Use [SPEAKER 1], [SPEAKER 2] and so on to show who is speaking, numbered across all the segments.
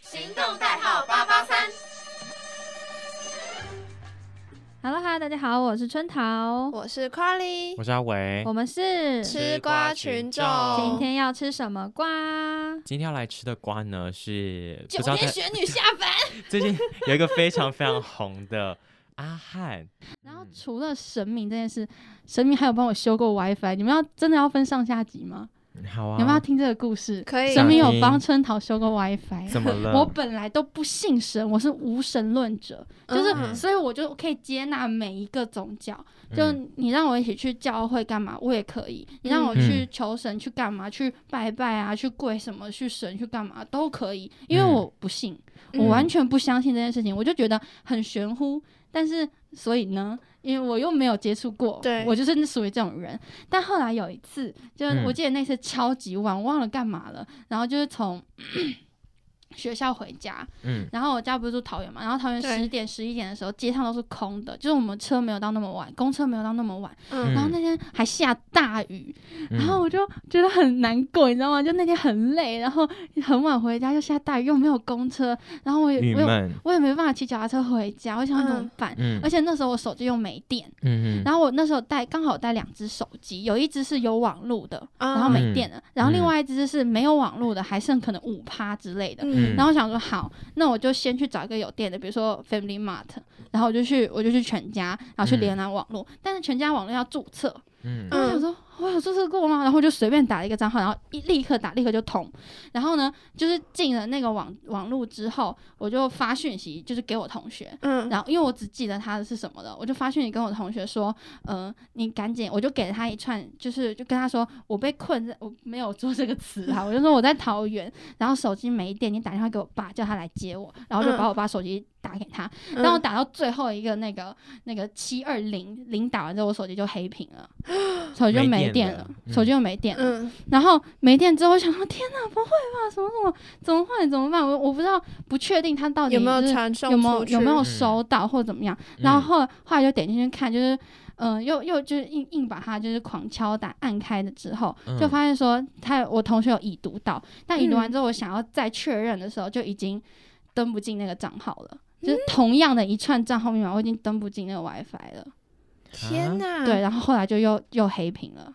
[SPEAKER 1] 行动代号八八三。
[SPEAKER 2] Hello h 大家好，我是春桃，
[SPEAKER 1] 我是 Carly，
[SPEAKER 3] 我是阿伟
[SPEAKER 2] 我。们是
[SPEAKER 1] 吃瓜群众。
[SPEAKER 2] 今天要吃什么瓜？
[SPEAKER 3] 今天要来吃的瓜呢是
[SPEAKER 1] 酒
[SPEAKER 3] 不知道
[SPEAKER 1] 店
[SPEAKER 3] 在
[SPEAKER 1] 玄女下凡，
[SPEAKER 3] 最近有一个非常非常红的阿汉，
[SPEAKER 2] 然
[SPEAKER 1] 嗯
[SPEAKER 2] 后除了神明这件事，神明还有帮我修过 WiFi。你们要真的要分上下集吗？
[SPEAKER 3] 好啊，
[SPEAKER 2] 你们要听这个故事？
[SPEAKER 1] 可以
[SPEAKER 2] 神明
[SPEAKER 3] 想
[SPEAKER 2] 有
[SPEAKER 3] 听
[SPEAKER 2] 帮春桃修过 WiFi。啊
[SPEAKER 3] 怎么
[SPEAKER 2] 我
[SPEAKER 3] 了？
[SPEAKER 2] 本来都不信神，我是无神论者，就是、
[SPEAKER 1] 嗯
[SPEAKER 2] 所以我就可以接纳每一个宗教。就
[SPEAKER 3] 嗯
[SPEAKER 2] 你让我一起去教会干嘛，我也可以；你让我
[SPEAKER 3] 嗯
[SPEAKER 2] 去求神去干嘛，去拜拜啊，去跪什么，去神去干嘛都可以，因为
[SPEAKER 3] 嗯
[SPEAKER 2] 我不信，我
[SPEAKER 1] 嗯
[SPEAKER 2] 完全不相信这件事情，我就觉得很玄乎。但是所以呢，因为我又没有接触过，
[SPEAKER 1] 对
[SPEAKER 2] 我就是属于这种人。但后来有一次，就是
[SPEAKER 3] 嗯
[SPEAKER 2] 我记得那次超级晚，忘了干嘛了，然后就是从 学校回家，
[SPEAKER 3] 嗯
[SPEAKER 2] 然后我家不是住桃园嘛，然后桃园
[SPEAKER 1] 对
[SPEAKER 2] 十点十一点的时候，街上都是空的，就是我们车没有到那么晚，公车没有到那么晚。
[SPEAKER 1] 嗯
[SPEAKER 2] 然后那天还下大雨，
[SPEAKER 3] 嗯
[SPEAKER 2] 然后我就觉得很难过，你知道吗？就那天很累，然后很晚回家，又下大雨，又没有公车，然后我也
[SPEAKER 3] 郁
[SPEAKER 2] 我也
[SPEAKER 3] 闷，
[SPEAKER 2] 我也没办法骑脚踏车回家，我想要怎么办？
[SPEAKER 3] 嗯
[SPEAKER 2] 而且那时候我手机又没电，
[SPEAKER 3] 嗯嗯
[SPEAKER 2] 然后我那时候带刚好带两只手机，有一只是有网路的，然后没
[SPEAKER 3] 嗯
[SPEAKER 2] 电了，然后另
[SPEAKER 3] 嗯
[SPEAKER 2] 外一只是没有网路的，还剩可能五趴之类的。
[SPEAKER 1] 嗯
[SPEAKER 2] 然后我想说好，那我就先去找一个有店的，比如说 Family Mart，然后我就去我就去全家，然后去
[SPEAKER 3] 嗯
[SPEAKER 2] 联南网络，但是全家网络要注册，
[SPEAKER 3] 嗯
[SPEAKER 2] 然后我想说我有注册过吗？然后我就随便打了一个账号，然后一立刻打立刻就通，然后呢就是进了那个网网络之后，我就发讯息就是给我同学，
[SPEAKER 1] 嗯
[SPEAKER 2] 然后因为我只记得他的是什么了，我就发讯息跟我同学说，呃，你赶紧，我就给了他一串，就是就跟他说，我被困在，我没有做这个词啊， 我就说我在桃园，然后手机没电，你打电话给我爸，叫他来接我，然后就把我爸手机打给他，
[SPEAKER 1] 嗯
[SPEAKER 2] 然后我打到最后一个那个那个七二零零打完之后，我手机就黑屏了，手机就没
[SPEAKER 3] 没电
[SPEAKER 2] 电
[SPEAKER 3] 了
[SPEAKER 2] 了，
[SPEAKER 3] 嗯
[SPEAKER 2] 手机就没电了，
[SPEAKER 1] 嗯
[SPEAKER 2] 然后没电之后，我想说天哪，不会吧，什么什么，怎么会怎么办？我我不知道，不确定他到底
[SPEAKER 1] 有没有
[SPEAKER 2] 就是
[SPEAKER 1] 传送
[SPEAKER 2] 有没有
[SPEAKER 1] 出去
[SPEAKER 2] 有没有收到或怎么样，
[SPEAKER 3] 嗯
[SPEAKER 2] 然后后后来就点进去看，就是嗯、呃又又就是硬硬把它就是狂敲打按开了之后，就
[SPEAKER 3] 嗯
[SPEAKER 2] 发现说他我同学有已读到，但已读完
[SPEAKER 1] 嗯
[SPEAKER 2] 之后，我想要再确认的时候，就已经登不进那个账号了。就是同样的一串账号密码，我已经登不进那个 WiFi 了。
[SPEAKER 1] 天哪，
[SPEAKER 2] 对，，然后后来就又又黑屏了，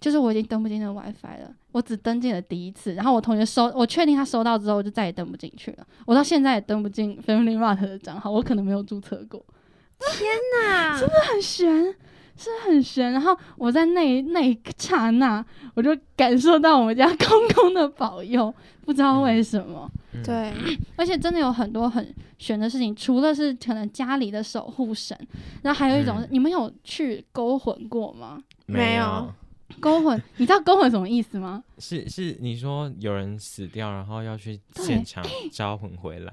[SPEAKER 2] 就是我已经登不进那个 WiFi 了。我只登进了第一次，然后我同学收，我确定他收到之后，我就再也登不进去了。我到现在也登不进 Family Mart 的账号，我可能没有注册过，
[SPEAKER 1] 那
[SPEAKER 2] 很悬，是很悬。然后我在那一那一刹那，我就感受到我们家公公的保佑，不知道为什么。
[SPEAKER 3] 嗯
[SPEAKER 1] 对，
[SPEAKER 2] 而且真的有很多很玄的事情，除了是可能家里的守护神，然后还有一种是，
[SPEAKER 3] 嗯
[SPEAKER 2] 你们有去勾魂过吗？
[SPEAKER 1] 没
[SPEAKER 3] 没
[SPEAKER 1] 有
[SPEAKER 2] 勾魂， 你知道勾魂什么意思吗？
[SPEAKER 3] 是是你说有人死掉，然后要去
[SPEAKER 2] 对
[SPEAKER 3] 现场招魂回来，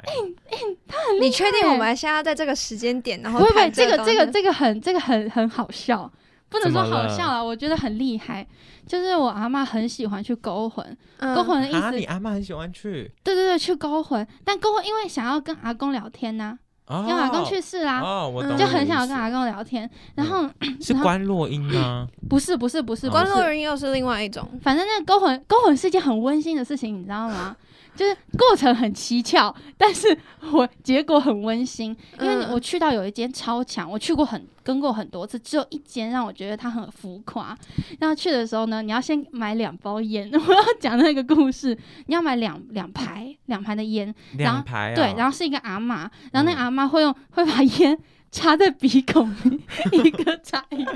[SPEAKER 1] 你确定我们现在要在这个时间点，然后
[SPEAKER 2] 不会不会，
[SPEAKER 1] 谈
[SPEAKER 2] 这个
[SPEAKER 1] 东西
[SPEAKER 2] 这个这个很这个很很好笑，不能说
[SPEAKER 3] 怎么
[SPEAKER 2] 好
[SPEAKER 3] 了
[SPEAKER 2] 笑啊，我觉得很厉害。就是我阿妈很喜欢去勾魂，
[SPEAKER 1] 嗯
[SPEAKER 2] 勾魂的意
[SPEAKER 3] 啊，
[SPEAKER 2] 思，
[SPEAKER 3] 你阿妈很喜欢去，
[SPEAKER 2] 对对对，去勾魂。但勾魂因为想要跟阿公聊天呐、
[SPEAKER 3] 哦
[SPEAKER 2] 因为阿公去世啦、
[SPEAKER 3] 哦，我懂
[SPEAKER 1] 嗯
[SPEAKER 3] 你的意思，嗯
[SPEAKER 2] 就很想要跟阿公聊天。然后
[SPEAKER 3] 是
[SPEAKER 2] 然后
[SPEAKER 3] 关洛音吗？
[SPEAKER 2] 不是不是不是，
[SPEAKER 1] 关
[SPEAKER 2] 不是
[SPEAKER 1] 洛云又是另外一种，
[SPEAKER 2] 反正那个勾魂勾魂是一件很温馨的事情，你知道吗？ 就是过程很蹊跷，但是我结果很温馨。因为
[SPEAKER 1] 嗯
[SPEAKER 2] 我去到有一间超强，我去过很跟过很多次，只有一间让我觉得它很浮夸。然后去的时候呢，你要先买两包烟， 我要讲那个故事，你要买两两排两排的烟，然后
[SPEAKER 3] 两排啊，
[SPEAKER 2] 对，然后是一个阿嬷，然后那个阿嬷会用会把烟 插在鼻孔里， 一个插一个，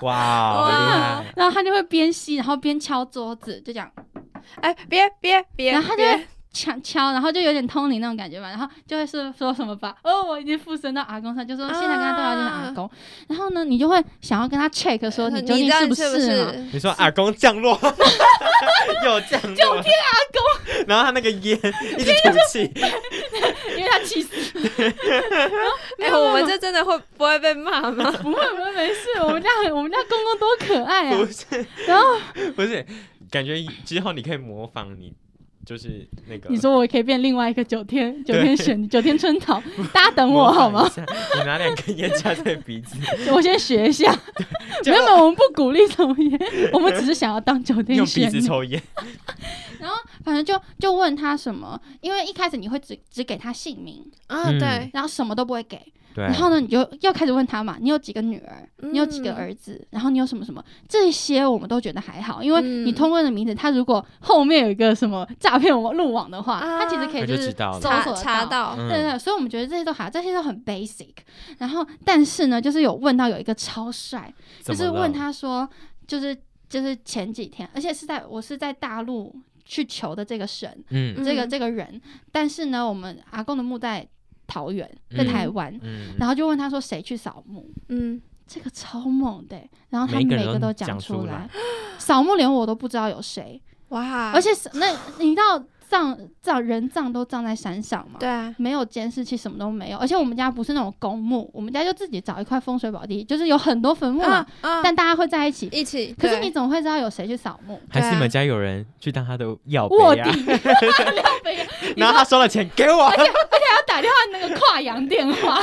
[SPEAKER 3] 哇，好厉
[SPEAKER 1] 哇
[SPEAKER 3] 害，
[SPEAKER 2] 然后她就会边吸，然后边敲桌子，就这样。
[SPEAKER 1] 哎，别别别，
[SPEAKER 2] 然后他就
[SPEAKER 1] 别
[SPEAKER 2] 会敲敲，然后就有点通灵那种感觉吧，然后就会是说什么吧，哦，我已经附身到阿公上，就说现在跟他对话就是阿公，然后呢，你就会想要跟他 check 说
[SPEAKER 1] 呃你
[SPEAKER 2] 究竟
[SPEAKER 1] 到
[SPEAKER 2] 是
[SPEAKER 1] 底
[SPEAKER 2] 不
[SPEAKER 1] 是不
[SPEAKER 2] 嘛？
[SPEAKER 1] 是
[SPEAKER 3] 你说阿公 降落，又降落，救命阿公！然后他那个烟一直吐气，
[SPEAKER 2] 因为他其实
[SPEAKER 1] 哎、我们这真的会不会被骂吗？
[SPEAKER 2] 不会，不会没事，我们家很我们家公公多可爱
[SPEAKER 3] 不
[SPEAKER 2] 啊，
[SPEAKER 3] 是，
[SPEAKER 2] 然后
[SPEAKER 3] 不是，感觉之后你可以模仿你，就是那个
[SPEAKER 2] 你说我可以变另外一个九天九
[SPEAKER 3] 对
[SPEAKER 2] 天选九天春桃，大家等我
[SPEAKER 3] 模仿
[SPEAKER 2] 好吗
[SPEAKER 3] 一？下？你拿两根烟夹在 鼻子，
[SPEAKER 2] 我先学一下， 没有没有，我们不鼓励抽烟，我们只是想要当九
[SPEAKER 3] 用
[SPEAKER 2] 天
[SPEAKER 3] 鼻
[SPEAKER 2] 选
[SPEAKER 3] 子抽烟，
[SPEAKER 2] 然后反正就就问他什么，因为一开始你会只只给他姓名，
[SPEAKER 1] 啊，
[SPEAKER 3] 嗯
[SPEAKER 1] 对，
[SPEAKER 2] 然后什么都不会给，
[SPEAKER 3] 对，啊
[SPEAKER 2] 然后呢，你就又开始问他嘛，你有几个女儿，你有几个
[SPEAKER 1] 嗯
[SPEAKER 2] 儿子，然后你有什么什么，这些我们都觉得还好，因为你
[SPEAKER 1] 嗯
[SPEAKER 2] 通过的名字，他如果后面有一个什么诈骗网路网的话，
[SPEAKER 1] 啊
[SPEAKER 2] 他其实可以
[SPEAKER 3] 他就
[SPEAKER 2] 就是
[SPEAKER 3] 知道了
[SPEAKER 2] 搜
[SPEAKER 1] 查
[SPEAKER 2] 索得
[SPEAKER 1] 查到，
[SPEAKER 2] 到。对啊对，
[SPEAKER 3] 嗯
[SPEAKER 2] 对所以我们觉得这些都好，这些都很 basic。然后，但是呢，就是有问到有一个超帅，就
[SPEAKER 3] 怎
[SPEAKER 2] 是
[SPEAKER 3] 么了
[SPEAKER 2] 问他说，就是就是前几天，而且是在我是在大陆去求的这个神，
[SPEAKER 3] 嗯
[SPEAKER 2] 这个
[SPEAKER 1] 嗯
[SPEAKER 2] 这个人，但是呢，我们阿公的墓在桃园，在台
[SPEAKER 1] 嗯
[SPEAKER 2] 湾，
[SPEAKER 3] 嗯，
[SPEAKER 2] 然后就问他说谁去扫墓，
[SPEAKER 1] 嗯，
[SPEAKER 2] 这个超猛的欸、然后他
[SPEAKER 3] 每一
[SPEAKER 2] 每
[SPEAKER 3] 个人
[SPEAKER 2] 个
[SPEAKER 3] 都
[SPEAKER 2] 都
[SPEAKER 3] 讲出
[SPEAKER 2] 出
[SPEAKER 3] 来
[SPEAKER 2] 来，扫墓连我都不知道有谁，
[SPEAKER 1] 哇，
[SPEAKER 2] 而且是那你知道葬葬人葬都葬在山上嘛？
[SPEAKER 1] 对啊，
[SPEAKER 2] 没有监视器，什么都没有，而且我们家不是那种公墓，我们家就自己找一块风水宝地，就是有很多坟墓嘛，
[SPEAKER 1] 啊啊，
[SPEAKER 2] 但大家会在一起。
[SPEAKER 1] 一起，
[SPEAKER 2] 可是
[SPEAKER 1] 对
[SPEAKER 2] 你怎么会知道有谁去扫墓？
[SPEAKER 3] 还是你
[SPEAKER 1] 对
[SPEAKER 3] 们
[SPEAKER 1] 啊
[SPEAKER 3] 家有人去当他的药
[SPEAKER 2] 卧
[SPEAKER 3] 杯
[SPEAKER 2] 底，哎
[SPEAKER 3] 啊？
[SPEAKER 2] 没有
[SPEAKER 3] 然后他收了钱给我，
[SPEAKER 2] 要打电话那个跨洋 电话。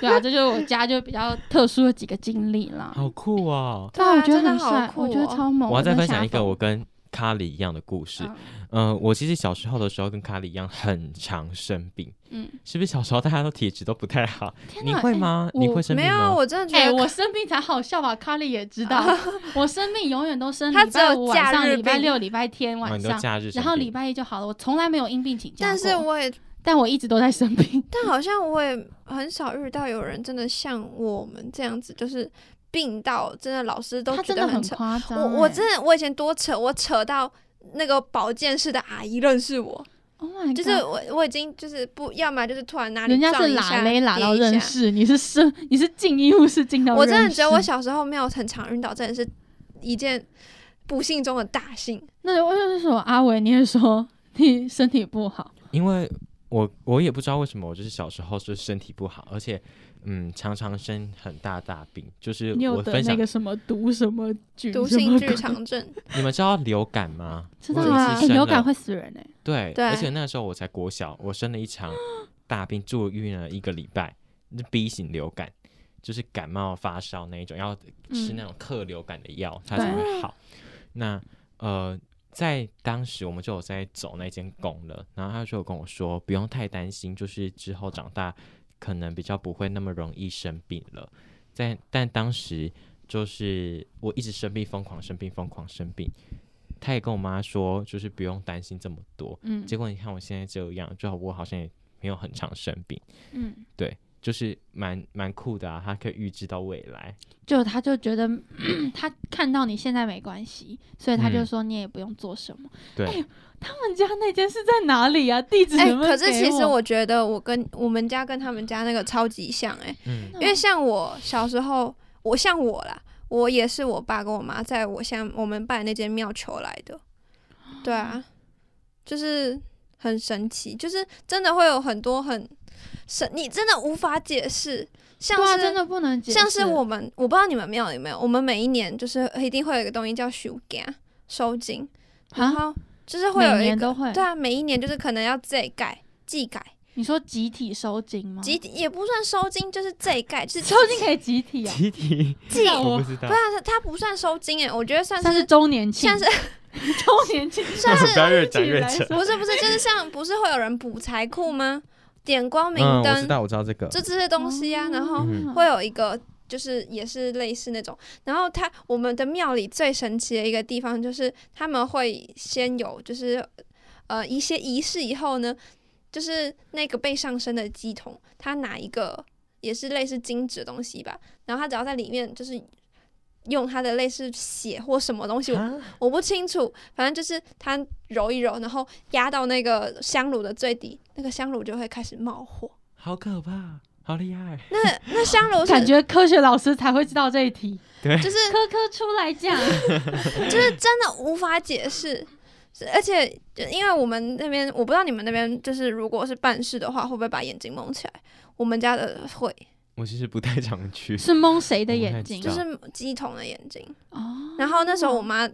[SPEAKER 2] 对啊，这就是我家就比较特殊的几个经历啦。
[SPEAKER 3] 好酷哦！
[SPEAKER 2] 对啊，我觉得
[SPEAKER 1] 真的
[SPEAKER 2] 很
[SPEAKER 1] 好
[SPEAKER 2] 帅，
[SPEAKER 1] 酷
[SPEAKER 2] 我觉得
[SPEAKER 1] 哦
[SPEAKER 2] 超猛。
[SPEAKER 3] 我要再
[SPEAKER 2] 真的
[SPEAKER 3] 分享
[SPEAKER 2] 吓
[SPEAKER 3] 一个
[SPEAKER 2] 疯
[SPEAKER 3] 我跟卡里一样的故事。
[SPEAKER 2] 嗯
[SPEAKER 3] 嗯、我其实小时候的时候跟卡里一样，很常生病。
[SPEAKER 2] 嗯，
[SPEAKER 3] 是不是小时候大家都体质都不太好？
[SPEAKER 2] 天
[SPEAKER 3] 你
[SPEAKER 2] 哪
[SPEAKER 3] 会
[SPEAKER 2] 哎
[SPEAKER 3] 吗？你
[SPEAKER 2] 我
[SPEAKER 3] 会生
[SPEAKER 1] 没
[SPEAKER 3] 病
[SPEAKER 1] 有啊，
[SPEAKER 3] 吗？
[SPEAKER 1] 我真的觉
[SPEAKER 2] 哎、
[SPEAKER 1] 得
[SPEAKER 2] 我
[SPEAKER 1] 可
[SPEAKER 2] 生病才好笑吧？卡莉也知道， 我生病永远都生
[SPEAKER 1] 啊他
[SPEAKER 2] 礼
[SPEAKER 1] 只有
[SPEAKER 2] 拜五晚
[SPEAKER 1] 假
[SPEAKER 2] 上、
[SPEAKER 1] 日
[SPEAKER 2] 礼拜
[SPEAKER 1] 病
[SPEAKER 2] 六、礼拜天
[SPEAKER 3] 哦
[SPEAKER 2] 晚
[SPEAKER 3] 你都
[SPEAKER 2] 上，
[SPEAKER 3] 假日生
[SPEAKER 2] 然后
[SPEAKER 3] 病
[SPEAKER 2] 礼拜一就好了。我从来没有因病请假
[SPEAKER 1] 但
[SPEAKER 2] 过，
[SPEAKER 1] 是我也，
[SPEAKER 2] 但我一直都在生病。
[SPEAKER 1] 但好像我也很少遇到有人真的像我们这样子，就是病到真的老师都
[SPEAKER 2] 他
[SPEAKER 1] 觉
[SPEAKER 2] 真
[SPEAKER 1] 得
[SPEAKER 2] 的很
[SPEAKER 1] 扯。
[SPEAKER 2] 夸张、
[SPEAKER 1] 我我
[SPEAKER 2] 哎
[SPEAKER 1] 真的我以前多扯，我扯到那个保健室的阿姨认识我，
[SPEAKER 2] ，Oh my god！
[SPEAKER 1] 就是我我已经就是不，要么就是突然哪里
[SPEAKER 2] 人家
[SPEAKER 1] 撞
[SPEAKER 2] 是
[SPEAKER 1] 一
[SPEAKER 2] 拉
[SPEAKER 1] 下
[SPEAKER 2] 勒拉到
[SPEAKER 1] 跌一
[SPEAKER 2] 认
[SPEAKER 1] 下
[SPEAKER 2] 识，你是生你是进医务室进到认识，
[SPEAKER 1] 我真的觉得我小时候没有很常晕倒，真的是一件不幸中的大幸。
[SPEAKER 2] 那为为什么阿伟你也说你身体不好？
[SPEAKER 3] 因为我我也不知道为什么，我就是小时候就是身体不好，而且嗯，常常生很大大病。就是
[SPEAKER 2] 你有
[SPEAKER 3] 我
[SPEAKER 2] 得
[SPEAKER 3] 分
[SPEAKER 2] 那
[SPEAKER 3] 享，
[SPEAKER 2] 个什么毒什么菌
[SPEAKER 1] 毒
[SPEAKER 2] 什
[SPEAKER 1] 性
[SPEAKER 2] 么
[SPEAKER 1] 剧
[SPEAKER 2] 鬼，
[SPEAKER 1] 场症，
[SPEAKER 3] 你们知道流感吗？
[SPEAKER 2] 知道
[SPEAKER 3] 我有一次
[SPEAKER 2] 吗？哎
[SPEAKER 3] 生
[SPEAKER 2] 流
[SPEAKER 3] 了
[SPEAKER 2] 感会死人哎、
[SPEAKER 3] 对，
[SPEAKER 1] 对
[SPEAKER 3] 而且那时候我才国小，我生了一场大病，住院了一个礼拜，那 B 型流感，就是感冒发烧那一种，要吃那种克流感的药，它才会好。那呃，在当时我们就有在走那间公了，然后他就有跟我说，不用太担心，就是之后长大可能比较不会那么容易生病了。在但当时就是我一直生病，疯狂生病，疯狂生病。他也跟我妈说，就是不用担心这么多。
[SPEAKER 2] 嗯
[SPEAKER 3] 结果你看我现在这样，就我好像也没有很常生病，
[SPEAKER 2] 嗯，
[SPEAKER 3] 就是蛮蛮酷的啊。他可以预知到未来，
[SPEAKER 2] 就他就觉得 他看到你现在没关系，所以他就
[SPEAKER 3] 嗯
[SPEAKER 2] 说你也不用做什么。
[SPEAKER 3] 对，
[SPEAKER 2] 哎他们家那间是在哪里啊？地址
[SPEAKER 1] 哎、
[SPEAKER 2] 能不能
[SPEAKER 1] 可是
[SPEAKER 2] 给
[SPEAKER 1] 其实
[SPEAKER 2] 我
[SPEAKER 1] 我觉得我跟我们家跟他们家那个超级像哎、
[SPEAKER 3] 嗯
[SPEAKER 1] 因为像我小时候，我像我啦，我也是我爸跟我妈在我像我们办那间庙求来
[SPEAKER 2] 哦
[SPEAKER 1] 的，对啊，就是很神奇，就是真的会有很多很神，你真的无法解释，像
[SPEAKER 2] 对啊，
[SPEAKER 1] 是
[SPEAKER 2] 真的不能解释，
[SPEAKER 1] 像是我们，我不知道你们庙有没有，我们每一年就是一定会有一个东西叫修干收金，然
[SPEAKER 2] 啊，
[SPEAKER 1] 后就是会有
[SPEAKER 2] 每
[SPEAKER 1] 一
[SPEAKER 2] 年
[SPEAKER 1] 个，
[SPEAKER 2] 都会
[SPEAKER 1] 对。啊，每一年就是可能要这改、祭改、
[SPEAKER 2] 你说集体收金吗？
[SPEAKER 1] 集也不算收金，就是这改，就是
[SPEAKER 2] 哦 收金可以集体啊，
[SPEAKER 3] 集体
[SPEAKER 2] 记
[SPEAKER 3] 我
[SPEAKER 2] 我
[SPEAKER 3] 不知道
[SPEAKER 1] 不，然它它啊不算收金哎，我觉得算
[SPEAKER 2] 算是
[SPEAKER 1] 是
[SPEAKER 2] 周年庆，
[SPEAKER 1] 像是
[SPEAKER 2] 周年 庆，
[SPEAKER 1] 算
[SPEAKER 3] 不
[SPEAKER 1] 是
[SPEAKER 3] 要越
[SPEAKER 2] 讲
[SPEAKER 3] 讲
[SPEAKER 2] 越
[SPEAKER 3] 越
[SPEAKER 2] 扯
[SPEAKER 3] 扯。
[SPEAKER 1] 不是不是就是像不是会有人补财库 吗？点光明
[SPEAKER 3] 嗯，我知
[SPEAKER 1] 灯，
[SPEAKER 3] 道，我知道这个，
[SPEAKER 1] 就这些东西
[SPEAKER 2] 哦
[SPEAKER 1] 啊，然后
[SPEAKER 3] 嗯
[SPEAKER 1] 会有一个就是也是类似那种，然后它我们的庙里最神奇的一个地方就是他们会先有就是呃一些仪式以后呢，就是那个被上身的鸡童，他拿一个也是类似金纸的东西吧，然后他只要在里面就是。用他的类似血或什么东西，我
[SPEAKER 3] 啊
[SPEAKER 1] 我不清楚，反正就是他揉一揉，然后压到那个香炉的最底，那个香炉就会开始冒火。
[SPEAKER 3] 好可怕，好厉害，
[SPEAKER 1] 那那香炉是
[SPEAKER 2] 感觉科学老师才会知道这一题。
[SPEAKER 3] 对，
[SPEAKER 1] 就是
[SPEAKER 2] 科科出 来讲，
[SPEAKER 1] 就是真的无法解释。是而且，就因为我们那边，我不知道你们那边，就是如果是办事的话，会不会把眼睛蒙起来？我们家的会，
[SPEAKER 3] 我其实不太常去，
[SPEAKER 2] 是蒙谁的眼睛？
[SPEAKER 3] 我
[SPEAKER 1] 就
[SPEAKER 3] 不太知道
[SPEAKER 1] 是鸡童的眼睛。
[SPEAKER 2] 哦，
[SPEAKER 1] 然后那时候我妈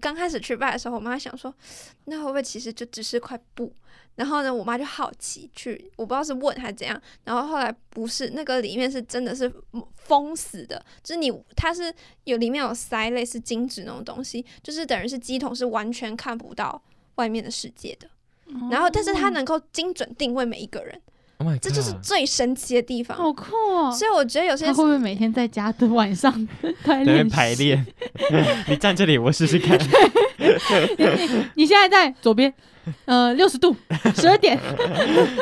[SPEAKER 1] 刚开始去拜的时候，我妈想说， 那会不会其实就只是块布？然后呢，我妈就好奇去，我不知道是问还是怎样。然后后来不是那个里面是真的是封死的，就是你它是有里面有塞类似金纸那种东西，就是等于是鸡筒是完全看不到外面的世界的。
[SPEAKER 2] 哦
[SPEAKER 1] 然后，但是它能够精准定位每一个人，
[SPEAKER 3] Oh my god！
[SPEAKER 1] 这就是最神奇的地方。
[SPEAKER 2] 好酷哦！
[SPEAKER 1] 所以我觉得有些
[SPEAKER 2] 他会不会每天在家的晚上在
[SPEAKER 3] 在那
[SPEAKER 2] 练 习
[SPEAKER 3] 边排？练。 你站这里，我试试看。
[SPEAKER 2] 你现在在左边， 呃，六十度，十二点，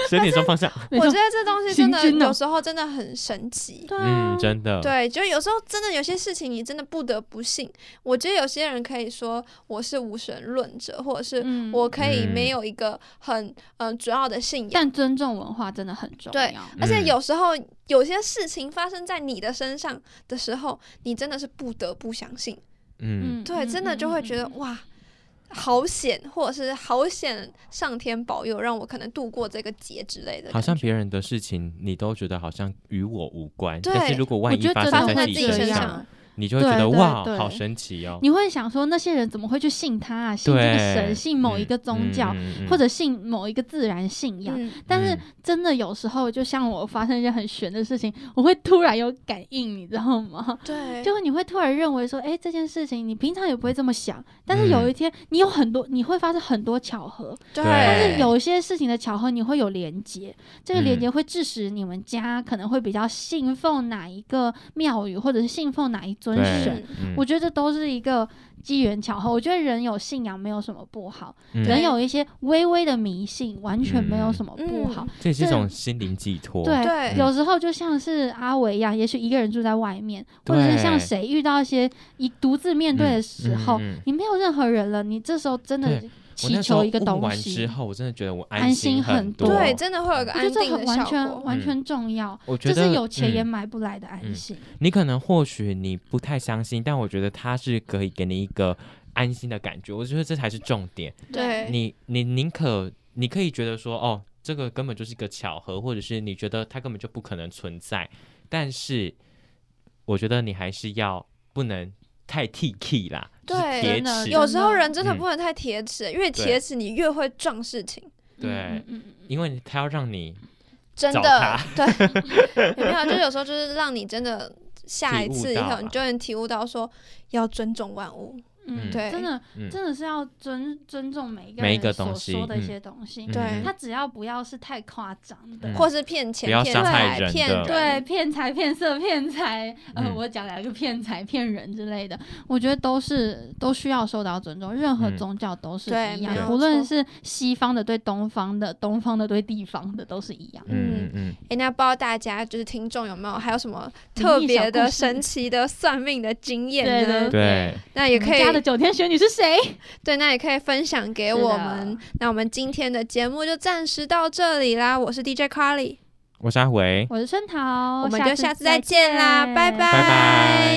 [SPEAKER 3] 十点钟方向。
[SPEAKER 2] 没
[SPEAKER 1] 我
[SPEAKER 2] 错
[SPEAKER 1] 觉得这东西真的
[SPEAKER 2] 行军哦
[SPEAKER 1] 有时候真的很神奇。
[SPEAKER 2] 对啊
[SPEAKER 3] 嗯，，真的。
[SPEAKER 1] 对，就有时候真的有些事情，你真的不得不信。我觉得有些人可以说我是无神论者，或者是
[SPEAKER 2] 嗯
[SPEAKER 1] 我可以没
[SPEAKER 3] 嗯
[SPEAKER 1] 有一个很嗯、呃主要的信仰。
[SPEAKER 2] 但尊重文化真的很重
[SPEAKER 1] 对
[SPEAKER 2] 要。
[SPEAKER 1] 而且
[SPEAKER 3] 嗯
[SPEAKER 1] 有时候有些事情发生在你的身上的时候，你真的是不得不相信。
[SPEAKER 3] 嗯，
[SPEAKER 1] 对，真的就会觉得
[SPEAKER 2] 嗯
[SPEAKER 1] 哇，好险，或者是好险，上天保佑让我可能度过这个劫之类的感觉。
[SPEAKER 3] 好像别人的事情你都觉得好像与我无关，
[SPEAKER 1] 对
[SPEAKER 3] 但是如果
[SPEAKER 2] 我
[SPEAKER 3] 万一
[SPEAKER 2] 觉得
[SPEAKER 3] 发
[SPEAKER 2] 真
[SPEAKER 3] 生
[SPEAKER 2] 的
[SPEAKER 1] 发生在
[SPEAKER 3] 在
[SPEAKER 2] 会
[SPEAKER 3] 自
[SPEAKER 1] 自
[SPEAKER 3] 己
[SPEAKER 1] 己
[SPEAKER 3] 身
[SPEAKER 1] 身
[SPEAKER 3] 上，
[SPEAKER 1] 上
[SPEAKER 3] 你就会觉
[SPEAKER 2] 对
[SPEAKER 3] 得
[SPEAKER 2] 对
[SPEAKER 3] 哇，
[SPEAKER 2] 对
[SPEAKER 3] 好神奇哦。
[SPEAKER 2] 你会想说那些人怎么会去信他啊？信这个
[SPEAKER 3] 对
[SPEAKER 2] 神，信某一个宗教，
[SPEAKER 3] 嗯嗯嗯
[SPEAKER 2] 或者信某一个自然信仰。
[SPEAKER 1] 嗯，
[SPEAKER 2] 但是
[SPEAKER 3] 嗯
[SPEAKER 2] 真的有时候，就像我发生一件很玄的事情，我会突然有感应，你知道吗？
[SPEAKER 1] 对，
[SPEAKER 2] 就是你会突然认为说，哎、这件事情你平常也不会这么想，但是
[SPEAKER 3] 嗯
[SPEAKER 2] 有一天你有很多，你会发生很多巧合，
[SPEAKER 1] 对，
[SPEAKER 2] 但
[SPEAKER 3] 但
[SPEAKER 2] 是有一些事情的巧合你会有连结，这个连
[SPEAKER 3] 嗯
[SPEAKER 2] 结会致使你们家可能会比较信奉哪一个庙宇，或者是信奉哪一尊
[SPEAKER 3] 对
[SPEAKER 2] 神，
[SPEAKER 3] 嗯
[SPEAKER 2] 我觉得这都是一个机缘巧合。我觉得人有信仰没有什么不好，
[SPEAKER 3] 嗯
[SPEAKER 2] 人有一些微微的迷信完全没有
[SPEAKER 3] 嗯
[SPEAKER 2] 什么不好。
[SPEAKER 3] 这也是一
[SPEAKER 2] 这
[SPEAKER 3] 种心灵寄托。
[SPEAKER 2] 对，
[SPEAKER 1] 对
[SPEAKER 2] 有时候就像是阿伟一样，也许一个人住在外面，或者是像
[SPEAKER 3] 对
[SPEAKER 2] 谁遇到一些一独自面对的时候，
[SPEAKER 3] 嗯嗯嗯
[SPEAKER 2] 你没有任何人了，你这时候真的
[SPEAKER 3] 对我
[SPEAKER 2] 祈
[SPEAKER 3] 那时候
[SPEAKER 2] 求一个
[SPEAKER 3] 悟
[SPEAKER 2] 东
[SPEAKER 3] 完之
[SPEAKER 2] 西，
[SPEAKER 3] 后，我真的觉得我
[SPEAKER 2] 安
[SPEAKER 3] 心
[SPEAKER 2] 心很
[SPEAKER 3] 多。
[SPEAKER 1] 对，真的会有一个
[SPEAKER 2] 我觉
[SPEAKER 1] 安
[SPEAKER 2] 得这
[SPEAKER 1] 定的
[SPEAKER 2] 很完
[SPEAKER 1] 效
[SPEAKER 2] 全
[SPEAKER 1] 果。
[SPEAKER 2] 完
[SPEAKER 3] 嗯
[SPEAKER 2] 全重要。
[SPEAKER 3] 我觉
[SPEAKER 2] 这
[SPEAKER 3] 得
[SPEAKER 2] 是有钱也
[SPEAKER 3] 嗯
[SPEAKER 2] 买不来的安
[SPEAKER 3] 嗯
[SPEAKER 2] 心，
[SPEAKER 3] 你可能或许你不太相信，但我觉得它是可以给你一个安心的感觉。我觉得这才是重点。
[SPEAKER 1] 对，
[SPEAKER 3] 你你宁可你可以觉得说，哦，这个根本就是一个巧合，或者是你觉得它根本就不可能存在，但是我觉得你还是要不能太 T K 啦，就是
[SPEAKER 1] 对
[SPEAKER 3] 铁
[SPEAKER 2] 真的
[SPEAKER 3] 齿
[SPEAKER 2] 有
[SPEAKER 1] 有时候
[SPEAKER 2] 真的
[SPEAKER 1] 人真的
[SPEAKER 3] 嗯
[SPEAKER 1] 不能太铁齿，越
[SPEAKER 3] 对
[SPEAKER 1] 铁齿你越会撞事情，
[SPEAKER 3] 对
[SPEAKER 2] 嗯嗯嗯嗯
[SPEAKER 3] 因为他要让你
[SPEAKER 1] 真
[SPEAKER 3] 找
[SPEAKER 1] 的
[SPEAKER 3] 他，
[SPEAKER 1] 对， 有没有？就有时候就是让你真的下
[SPEAKER 3] 体
[SPEAKER 1] 一
[SPEAKER 3] 悟
[SPEAKER 1] 次以
[SPEAKER 3] 到
[SPEAKER 1] 后，你
[SPEAKER 3] 吧
[SPEAKER 1] 就能体悟到说要尊重万物。
[SPEAKER 2] 嗯，
[SPEAKER 1] 对
[SPEAKER 2] 真的
[SPEAKER 3] 嗯
[SPEAKER 2] 真的是要尊尊重每一个
[SPEAKER 3] 每一
[SPEAKER 2] 人
[SPEAKER 3] 个
[SPEAKER 2] 所
[SPEAKER 3] 东西
[SPEAKER 2] 说的一
[SPEAKER 3] 嗯
[SPEAKER 2] 些东西，
[SPEAKER 1] 对
[SPEAKER 3] 嗯
[SPEAKER 2] 他只要不要是太夸张的
[SPEAKER 3] 嗯，
[SPEAKER 1] 或是骗钱
[SPEAKER 3] 不要、
[SPEAKER 1] 骗
[SPEAKER 3] 伤害
[SPEAKER 1] 财、
[SPEAKER 3] 人
[SPEAKER 1] 骗
[SPEAKER 3] 的
[SPEAKER 2] 对，骗财、骗色、骗财，呃，
[SPEAKER 3] 嗯
[SPEAKER 2] 我讲两个骗财、骗人之类的，我觉得都是都需要受到尊重，任何
[SPEAKER 3] 嗯
[SPEAKER 2] 宗教都是
[SPEAKER 1] 对
[SPEAKER 2] 一
[SPEAKER 1] 没有
[SPEAKER 2] 样，不论
[SPEAKER 1] 错
[SPEAKER 2] 是西方的对东方的，东方的对地方的都是一样。
[SPEAKER 1] 嗯
[SPEAKER 3] 嗯嗯
[SPEAKER 1] 哎、那不知道大家就是听众有没有还有什么特
[SPEAKER 2] 灵异小
[SPEAKER 1] 别
[SPEAKER 2] 故
[SPEAKER 1] 的、
[SPEAKER 2] 事
[SPEAKER 1] 神奇的算命的经验
[SPEAKER 2] 对
[SPEAKER 1] 呢？
[SPEAKER 2] 对
[SPEAKER 3] 嗯，对，
[SPEAKER 1] 那也
[SPEAKER 2] 你
[SPEAKER 1] 可
[SPEAKER 2] 们
[SPEAKER 1] 以
[SPEAKER 2] 家的九天玄女是谁？
[SPEAKER 1] 对，那也可以分享给
[SPEAKER 2] 是的
[SPEAKER 1] 我们。那我们今天的节目就暂时到这里啦。我是 DJ Carly，
[SPEAKER 3] 我是阿维，
[SPEAKER 2] 我是春桃，
[SPEAKER 1] 哦我们就下次
[SPEAKER 2] 再
[SPEAKER 1] 再见啦，拜
[SPEAKER 3] 拜拜。